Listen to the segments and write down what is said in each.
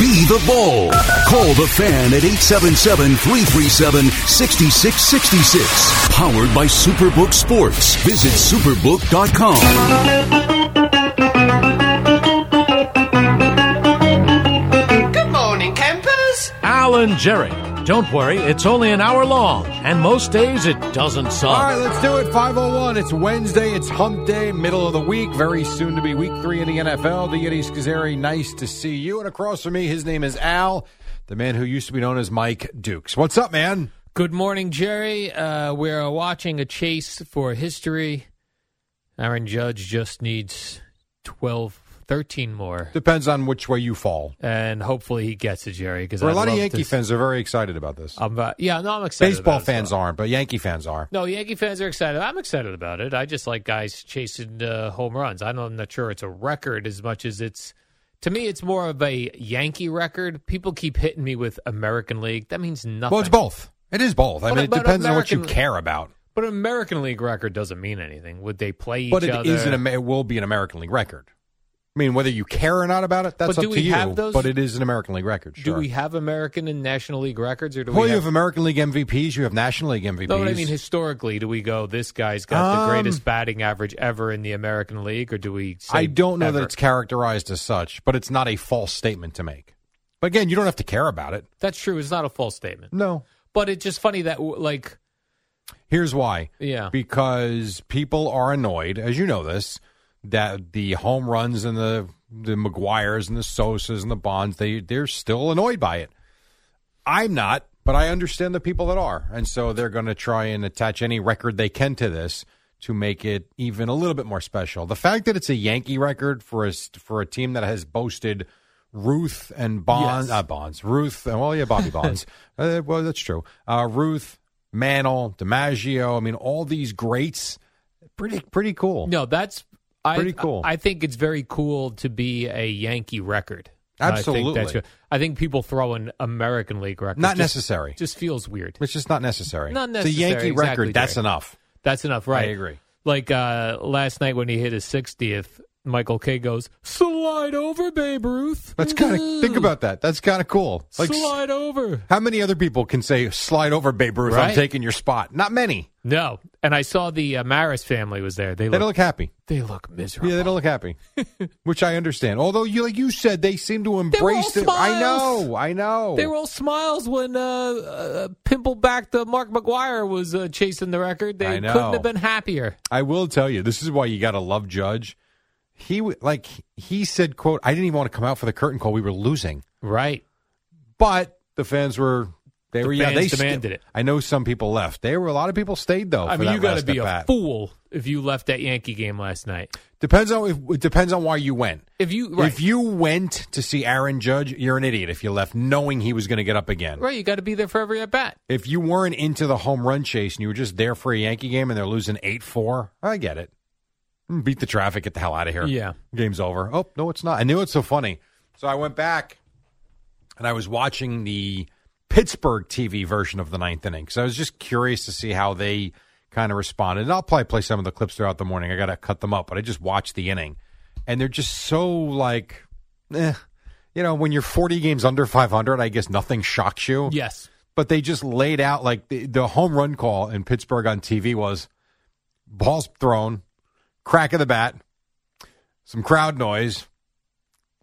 Be the Bull. Call the fan at 877 337 6666. Powered by Superbook Sports. Visit superbook.com. Good morning, campers. Alan Jerry. Don't worry, it's only an hour long, and most days it doesn't suck. All right, let's do it. 501. It's Wednesday. It's hump day, middle of the week. Very soon to be week three in the NFL. The Yeti Scazzeri, nice to see you. And across from me, his name is Al, the man who used to be known as Mike Dukes. What's up, man? Good morning, Jerry. Uh, we're watching a chase for history. Aaron Judge just needs 12 13 more. Depends on which way you fall. And hopefully he gets it, Jerry. Because a lot of Yankee this. fans are very excited about this. I'm, uh, yeah, no, I'm excited. Baseball it, fans so. aren't, but Yankee fans are. No, Yankee fans are excited. I'm excited about it. I just like guys chasing uh, home runs. I know, I'm not sure it's a record as much as it's. To me, it's more of a Yankee record. People keep hitting me with American League. That means nothing. Well, it's both. It is both. I but mean, it depends American, on what you care about. But American League record doesn't mean anything. Would they play each but it other? Is an, it will be an American League record. I mean, whether you care or not about it, that's but up to you. Those, but it is an American League record. Sure. Do we have American and National League records, or do well, we you have, have American League MVPs, you have National League MVPs. No, but I mean historically, do we go? This guy's got um, the greatest batting average ever in the American League, or do we? I don't know ever? that it's characterized as such, but it's not a false statement to make. But again, you don't have to care about it. That's true. It's not a false statement. No, but it's just funny that like. Here's why. Yeah. Because people are annoyed, as you know this, that the home runs and the the McGuires and the Sosas and the Bonds, they they're still annoyed by it. I'm not, but I understand the people that are, and so they're going to try and attach any record they can to this to make it even a little bit more special. The fact that it's a Yankee record for a for a team that has boasted Ruth and Bonds, yes. uh, Bonds, Ruth, well, yeah, Bobby Bonds. uh, well, that's true. Uh, Ruth, Mantle, DiMaggio. I mean, all these greats. Pretty, pretty cool. No, that's I, pretty cool. I, I think it's very cool to be a Yankee record. Absolutely. I think, I think people throw an American League record. Not just, necessary. Just feels weird. It's just not necessary. Not necessary. It's a Yankee exactly, record. Jerry. That's enough. That's enough, right? I agree. Like uh, last night when he hit his 60th, Michael K goes, slide over, Babe Ruth. That's kind of, think about that. That's kind of cool. Like, slide over. How many other people can say, slide over, Babe Ruth? Right? I'm taking your spot. Not many. No. And I saw the uh, Maris family was there. They, they look, look happy. They look miserable. Yeah, they don't look happy, which I understand. Although, you like you said, they seem to embrace it. Smiles. I know, I know. They were all smiles when uh, uh, pimple backed uh, Mark McGuire was uh, chasing the record. They I know. couldn't have been happier. I will tell you, this is why you got to love Judge. He w- like he said, "quote I didn't even want to come out for the curtain call. We were losing, Right. but the fans were." They The were yeah. fans They demanded it. I know some people left. There were a lot of people stayed though. I for mean, that you got last to be a at-bat. fool if you left that Yankee game last night. Depends on if, it depends on why you went. If you right, If you went to see Aaron Judge, you're an idiot. If you left knowing he was going to get up again, right, you got to be there for every at bat. if you weren't into the home run chase and you were just there for a Yankee game and they're losing 8 4, I get it. Mm, Beat the traffic, get the hell out of here. Yeah. Game's over. Oh, no, it's not. I knew it's so funny. So I went back and I was watching the Pittsburgh TV version of the ninth inning because I was just curious to see how they kind of responded. And I'll probably play some of the clips throughout the morning. I got to cut them up, but I just watched the inning. And they're just so like, eh. You know, when you're 40 games under 500, I guess nothing shocks you Yes, but they just laid out like the, the home run call in Pittsburgh on TV was balls thrown, crack of the bat, some crowd noise.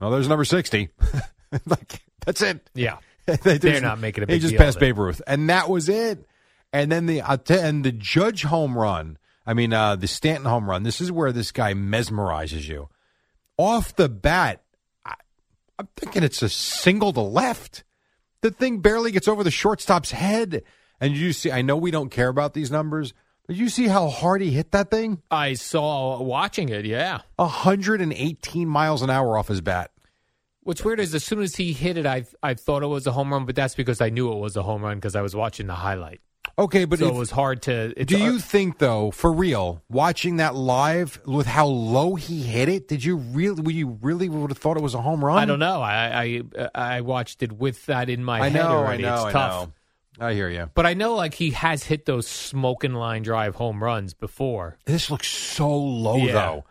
Well, there's number 60. like, that's it. Yeah. they They're not making a They big just deal of passed it. Babe Ruth, and that was it. And then the uh, t- and the Judge home run. I mean, uh, the Stanton home run. This is where this guy mesmerizes you. Off the bat, I, I'm thinking it's a single to left. The thing barely gets over the shortstop's head, and you see. I know we don't care about these numbers, but you see how hard he hit that thing. I saw watching it. Yeah. 118 miles an hour off his bat. What's weird is as soon as he hit it, I I thought it was a home run, but that's because I knew it was a home run because I was watching the highlight. Okay, but so if- it was hard to. It's Do you think though, for real, watching that live with how low he hit it, did you really? Would you really would have thought it was a home run? I don't know. I I, I watched it with that in my I head know. I already. know. it's I tough. know. I hear you. But I know like he has hit those smoking line drive home runs before. This looks so low Yeah. though.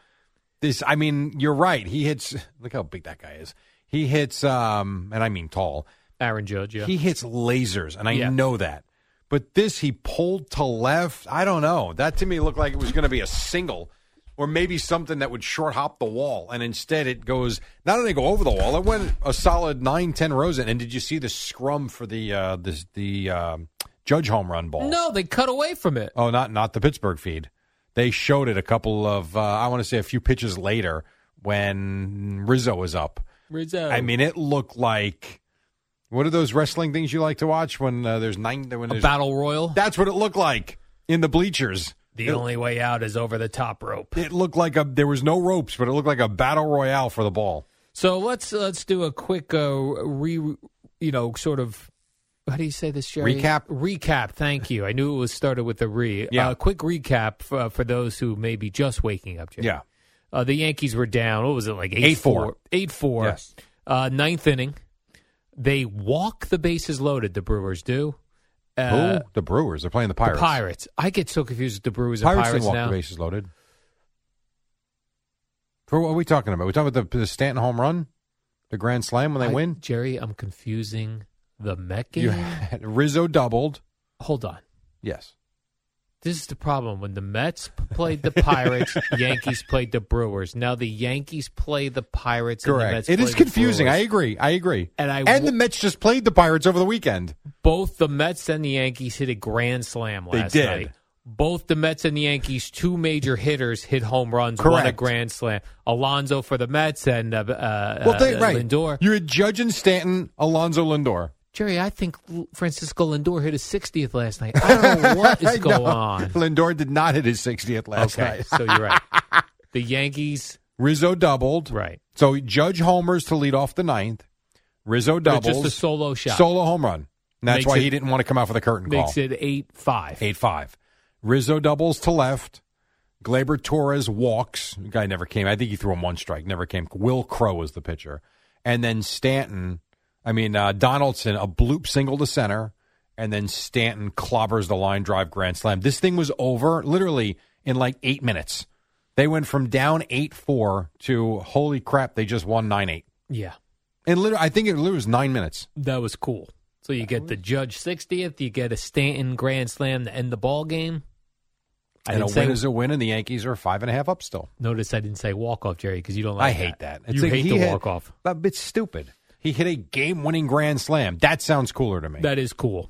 This, I mean, you're right. He hits. Look how big that guy is. He hits, um, and I mean tall. Aaron Judge, yeah. He hits lasers, and I Yeah. know that. But this, he pulled to left. I don't know. That to me looked like it was going to be a single, or maybe something that would short hop the wall. And instead, it goes not only go over the wall. It went a solid nine, ten rows in. And did you see the scrum for the uh, the the um judge home run ball? no, they cut away from it. Oh, not not the Pittsburgh feed. They showed it a couple of uh, I want to say a few pitches later when Rizzo was up. Rizzo. I mean, it looked like what are those wrestling things you like to watch when uh, there's nine? When a there's, battle royal. that's what it looked like in the bleachers. the only way out is over the top rope. It looked like a there was no ropes, but it looked like a battle royale for the ball. So let's let's do a quick uh, re you know sort of how do you say this Jerry? Recap? Recap. Thank you. I knew it was started with a re. Yeah. Uh, quick recap uh, for, for those who may be just waking up. Jerry. Yeah, Uh, the Yankees were down. What was it like? 8-4. Eight four. Yes. Uh, ninth inning. They walk the bases loaded. The Brewers do. Uh, Who? the Brewers. They're playing the the Pirates. Pirates. I get so confused with the Brewers and Pirates, didn't Pirates walk now. the bases loaded. For what are we talking about? we talking about the, the Stanton home run, the grand slam when they I- win. Jerry, I'm confusing the Met game. You had Rizzo doubled. Hold on. Yes. This is the problem. When the Mets played the Pirates, Yankees played the Brewers. Now the Yankees play the Pirates. And the Mets Correct. It play is the confusing. I Brewers. agree. I agree. And I and wa- the Mets just played the Pirates over the weekend. Both the Mets and the Yankees hit a grand slam They last did. night. Both the Mets and the Yankees, two major hitters, hit home runs, won a Correct. grand slam. Alonzo for the Mets and uh, uh, Well, they, uh, right. Lindor. You had Judge and Stanton, Alonzo Lindor. Jerry, I think L- Francisco Lindor hit his 60th last night. I don't know what is going No, on. Lindor did not hit his 60th last Okay, night. so you're right. The Yankees, Rizzo doubled. right. So Judge homers to lead off the ninth. Rizzo But doubles. Just a solo shot. Solo home run. And that's Makes why it- he didn't want to come out for the curtain call. makes it eight five. 8 5. Rizzo doubles to left. Glaber Torres walks. The guy never came. I think he threw him one strike. Never came. Will Crow was the pitcher. And then Stanton, I mean, uh, Donaldson, a bloop single to center. And then Stanton clobbers the line drive grand slam. This thing was over literally in like eight minutes. They went from down 8 4 to holy crap, they just won 9 8. Yeah, And literally, I think it literally was nine minutes. that was cool. So you get the Judge sixtieth, you get a Stanton grand slam to end the ball game. I and a didn't say, win is a win, and the Yankees are five and a half up still. notice I didn't say walk off, Jerry, because you don't I like. hate that. You like hate he the hit- walk off. But it's stupid. He hit a game-winning grand slam. That sounds cooler to me. That is cool.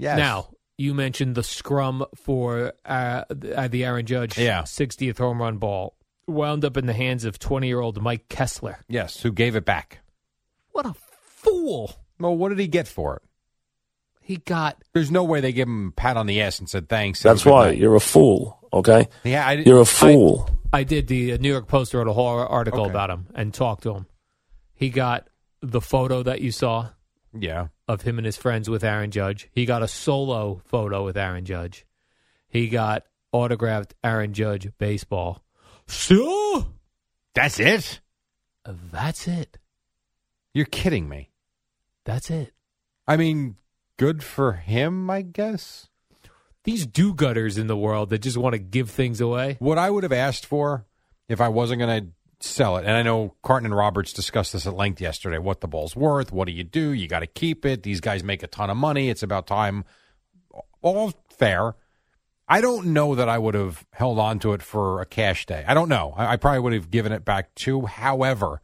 yes. Now you mentioned the scrum for uh, the uh, the Aaron Judge Yeah. sixtieth home run ball wound up in the hands of twenty year old Mike Kessler. yes, who gave it back? What a fool! Well, what did he get for it? He got There's no way they gave him a pat on the ass and said thanks. That's and good right. night. You're a fool. Okay. Yeah, I, You're a fool. I did. The uh, New York Post wrote a whole article Okay. about him and talked to him. He got the photo that you saw yeah, of him and his friends with Aaron Judge. He got a solo photo with Aaron Judge. He got autographed Aaron Judge baseball. So That's it? that's it. You're kidding me. That's it. I mean, good for him, I guess. These do gutters in the world that just want to give things away. What I would have asked for if I wasn't going to sell it, and I know Carton and Roberts discussed this at length yesterday what the ball's worth, what do you do? You got to keep it. These guys make a ton of money. It's about time. All fair. I don't know that I would have held on to it for a cash day. I don't know. I, I probably would have given it back to. However,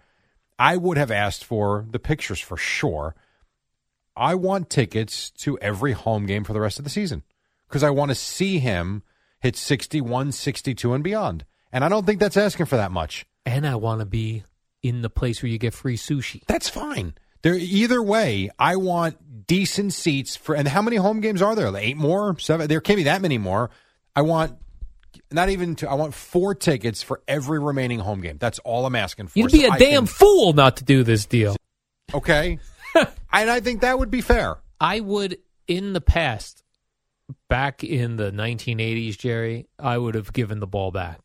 I would have asked for the pictures for sure. I want tickets to every home game for the rest of the season because I want to see him hit 61, 62, and beyond. And I don't think that's asking for that much. And I want to be in the place where you get free sushi. That's fine. There, either way, I want decent seats for. And how many home games are there? Like eight more, seven. There can't be that many more. I want not even two. I want four tickets for every remaining home game. That's all I'm asking for. You'd be So a I damn can- fool not to do this deal. okay. and I think that would be fair. I would, in the past, back in the 1980s, Jerry, I would have given the ball back.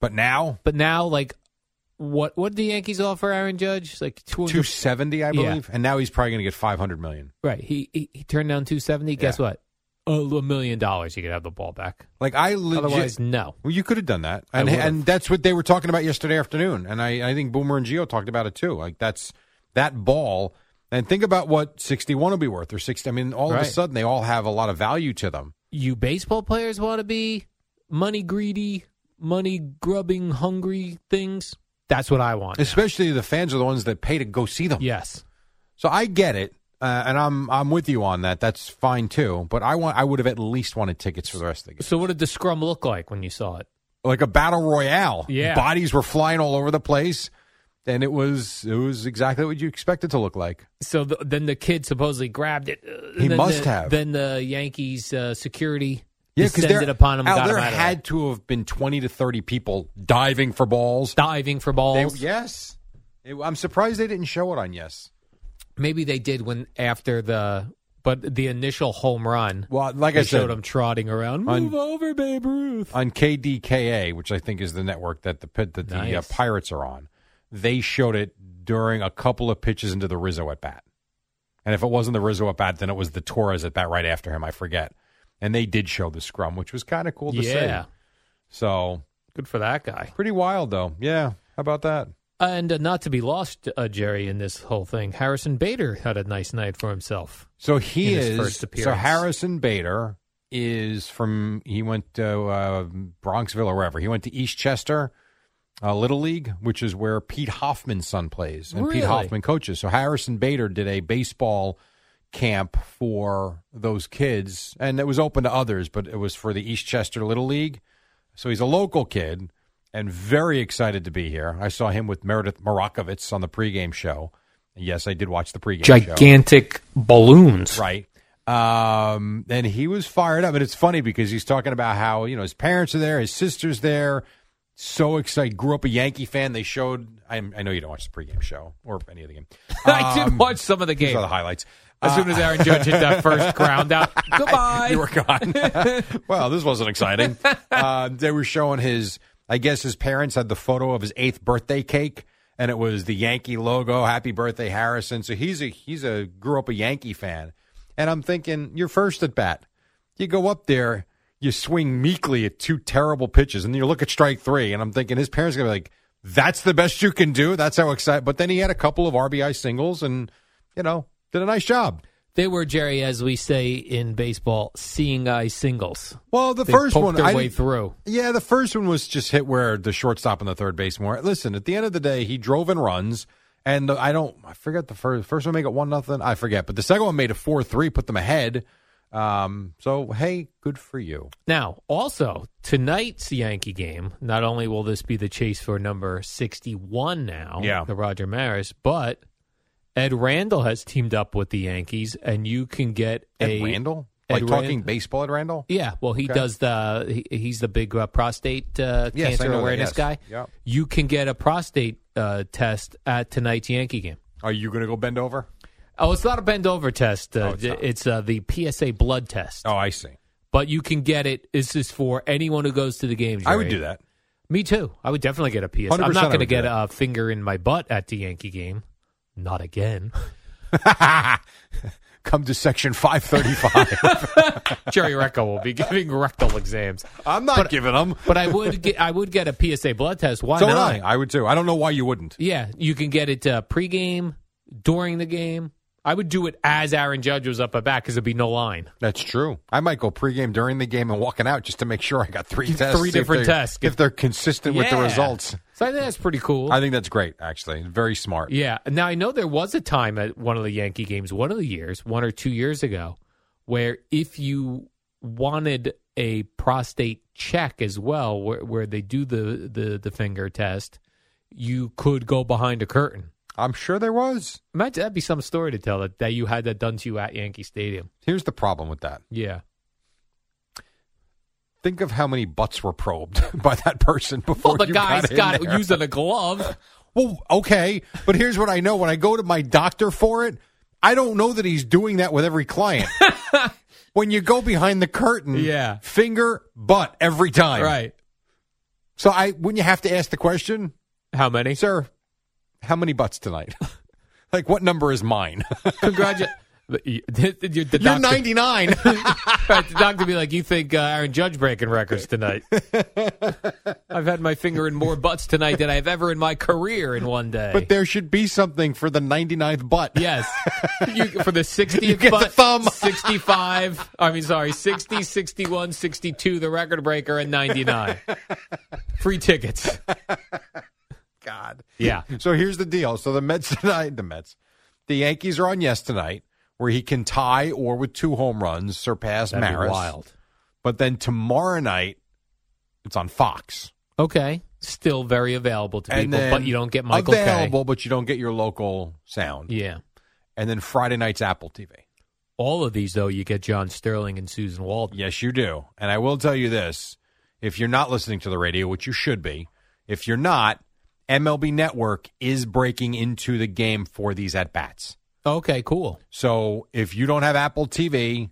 But now, But now, like, what what did the Yankees offer Aaron Judge? Like 200. two seventy, I Yeah. believe, and now he's probably going to get five hundred million. right. He, he he turned down 270. Guess what? A l- million dollars, you could have the ball back. Like I legit, Otherwise, no. Well, you could have done that, I and would've. and that's what they were talking about yesterday afternoon. And I, I think Boomer and Geo talked about it too. Like that's that ball, and think about what sixty one will be worth or sixty. I mean, all of Right. a sudden they all have a lot of value to them. You baseball players want to be money greedy, money grubbing, hungry things. That's what I want. now. Especially the fans are the ones that pay to go see them. Yes. So I get it, uh, and I'm I'm with you on that. That's fine too. But I want I would have at least wanted tickets for the rest of the game. So, what did the scrum look like when you saw it? like a battle royale. Yeah. bodies were flying all over the place, and it was it was exactly what you expect it to look like. So the, then the kid supposedly grabbed it. uh, He then must the- have. Then the Yankees uh, security Yeah, because there, descended upon him. Al, got there him out of had to have been twenty to thirty people diving for balls. there. diving for They- balls. yes, It- I'm surprised they didn't show it on yes. Maybe they did when after the, but the initial home run. Well, like they I said, showed him trotting around. On- Move over, Babe Ruth. on KDKA, which I think is the network that the pit- that the uh, Nice. Pirates are on, they showed it during a couple of pitches into the Rizzo at bat. And if it wasn't the Rizzo at bat, then it was the Torres at bat right after him. I forget. And they did show the scrum, which was kind of cool to yeah, see. So good for that guy. pretty wild, though. Yeah. How about that? And uh, not to be lost, uh, Jerry, in this whole thing, Harrison Bader had a nice night for himself. So he In his is. first so appearance. Harrison Bader is from. He went to uh, Bronxville or wherever. He went to Eastchester uh, Little League, which is where Pete Hoffman's son plays, and Pete Really? Hoffman coaches. So Harrison Bader did a baseball camp for those kids, and it was open to others, but it was for the Eastchester Little League. So he's a local kid and very excited to be here. I saw him with Meredith Morakovitz on the pregame show. Yes, I did watch the pregame show. Gigantic balloons. Right. Um, and he was fired up. And it's funny because he's talking about how, you know, his parents are there, his sister's there. So excited. Grew up a Yankee fan. They showed, I, I know you don't watch the pregame show or any of the game. I did Um, watch some of the These game. are the highlights. Uh, As soon as Aaron Judge hit that first ground out, goodbye. You were gone. well, this wasn't exciting. Uh, they were showing his, I guess his parents had the photo of his eighth birthday cake, and it was the Yankee logo, "Happy Birthday, Harrison." So he's a he's a grew up a Yankee fan, and I'm thinking, you're first at bat. You go up there, you swing meekly at two terrible pitches, and then you look at strike three, and I'm thinking his parents are gonna be like, "That's the best you can do." That's how excited. But then he had a couple of RBI singles, and you know, did a nice job. They were Jerry, as we say in baseball, seeing eye singles. Well, the They first poked one, their I way didn't- through. Yeah, the first one was just hit where the shortstop and the third baseman were. Listen, at the end of the day, he drove in runs, and the, I don't, I forget the first first one make it one nothing. I forget, but the second one made it four three, put them ahead. Um, so hey, good for you. Now, also tonight's Yankee game. Not only will this be the chase for number sixty-one now, Yeah. the Roger Maris, but Ed Randall has teamed up with the Yankees, and you can get Ed a Randall, Ed like talking Rand- baseball at Randall. Yeah, well, he Okay. does the he, he's the big uh, prostate uh, Yes, I cancer know that, awareness yes. guy. Yep. You can get a prostate uh, test at tonight's Yankee game. Are you going to go bend over? Oh, it's not a bend over test. Uh, Oh, it's not. it's uh, the PSA blood test. Oh, I see. But you can get it. This is for anyone who goes to the game. I would Jerry. do that. Me too. I would definitely get a PS. 100% I'm not I going to would do get that. a finger in my butt at the Yankee game. Not again. Come to section 535. Jerry Recco will be giving rectal exams. I'm not But- giving them. But I would get I would get a PSA blood test. Why So would not? I. I would too. I don't know why you wouldn't. Yeah, you can get it uh, pregame, during the game. I would do it as Aaron Judge was up at bat because there'd be no line. That's true. I might go pregame during the game and walking out just to make sure I got three tests. Three see if different they're- tests. If they're consistent with the Yeah. results. So I think that's pretty cool. I think that's great, actually. Very smart. Yeah. Now I know there was a time at one of the Yankee games, one of the years, one or two years ago, where if you wanted a prostate check as well, where, where they do the, the the finger test, you could go behind a curtain. I'm sure there was. Imagine that'd be some story to tell that, that you had that done to you at Yankee Stadium. Here's the problem with that. Yeah. Think of how many butts were probed by that person before Well, the you guy's got, in got, there. using a glove. Well, okay, but here's what I know: when I go to my doctor for it, I don't know that he's doing that with every client. when you go behind the curtain, Yeah. finger butt every time, Right. So I wouldn't you have to ask the question, How many? sir? How many butts tonight? like what number is mine? Congratulations. You're You're 99. Right, the doctor be like, "You think uh, Aaron Judge breaking records tonight? I've had my finger in more butts tonight than I've ever in my career in one day." but there should be something for the 99th butt. yes, you, for the 60th You get the butt, thumb. 65. I mean, sorry, 60, 61, 62, the record breaker, and 99. Free tickets. God. Yeah. So here's the deal. So the Mets tonight, the Mets, the Yankees are on yes tonight, where he can tie or with two home runs surpass That'd be Maris. wild. But then tomorrow night, it's on Fox. Okay, still very available to and people, then but you don't get Michael Kay. available, but you don't get your local sound. Yeah, And then Friday night's Apple TV. all of these though, you get John Sterling and Susan Wald. Yes, you do. And I will tell you this: if you're not listening to the radio, which you should be, if you're not, MLB Network is breaking into the game for these at bats. Okay, cool. So if you don't have Apple TV,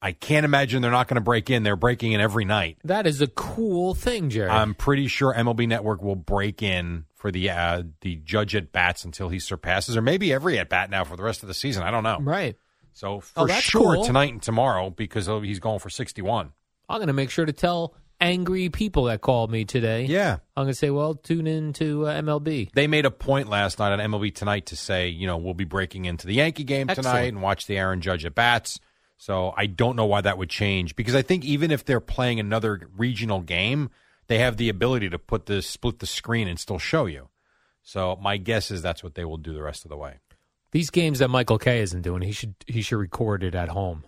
I can't imagine they're not going to break in. They're breaking in every night. That is a cool thing, Jerry. I'm pretty sure MLB Network will break in for the uh, the judge at bats until he surpasses, or maybe every at bat now for the rest of the season. I don't know. right. So for Oh, that's sure cool. tonight and tomorrow because he'll- he's going for 61. I'm going to make sure to tell angry people that called me today. Yeah. I'm going to say, well, tune in to uh, MLB. They made a point last night on MLB Tonight to say, you know, we'll be breaking into the Yankee game tonight Excellent. and watch the Aaron Judge at bats. So I don't know why that would change because I think even if they're playing another regional game, they have the ability to put the split the screen and still show you. So my guess is that's what they will do the rest of the way. These games that Michael Kay isn't doing, he should he should record it at home.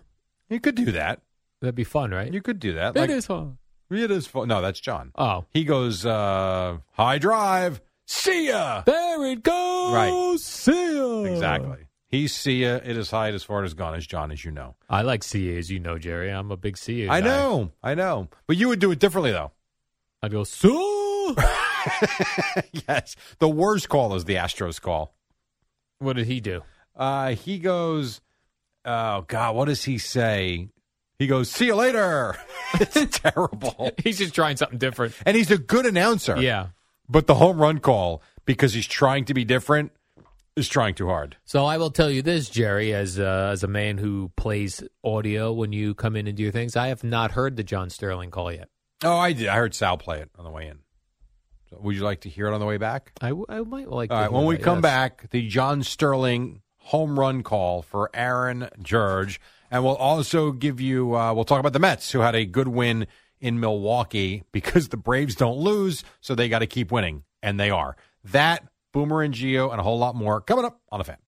You could do that. That'd be fun, right? You could do that. It is fun. It is fun. No, that's John. Oh, He goes uh, high drive. See ya. there it goes. Right. See ya. Exactly. He's see ya. It is high. It is far. It is gone. As John, as you know. I like CA, as you know, Jerry. I'm a big CA. I guy. know, I know. But you would do it differently, though. I'd go, Sue. yes. The worst call is the Astros call. what did he do? Uh, he goes, oh, God, what does he say? He goes, see you later. it's terrible. He's just trying something different. And he's a good announcer. Yeah. But the home run call, because he's trying to be different, is trying too hard. So I will tell you this, Jerry, as uh, as a man who plays audio when you come in and do your things, I have not heard the John Sterling call yet. Oh, I did. I heard Sal play it on the way in. So would you like to hear it on the way back? I, w- I might like. All to right. hear When we that, come yes. back, the John Sterling home run call for Aaron George, and we'll also give you. Uh, we'll talk about the Mets, who had a good win in Milwaukee because the Braves don't lose, so they got to keep winning, and they are. That Boomer and Geo and a whole lot more coming up on the fan.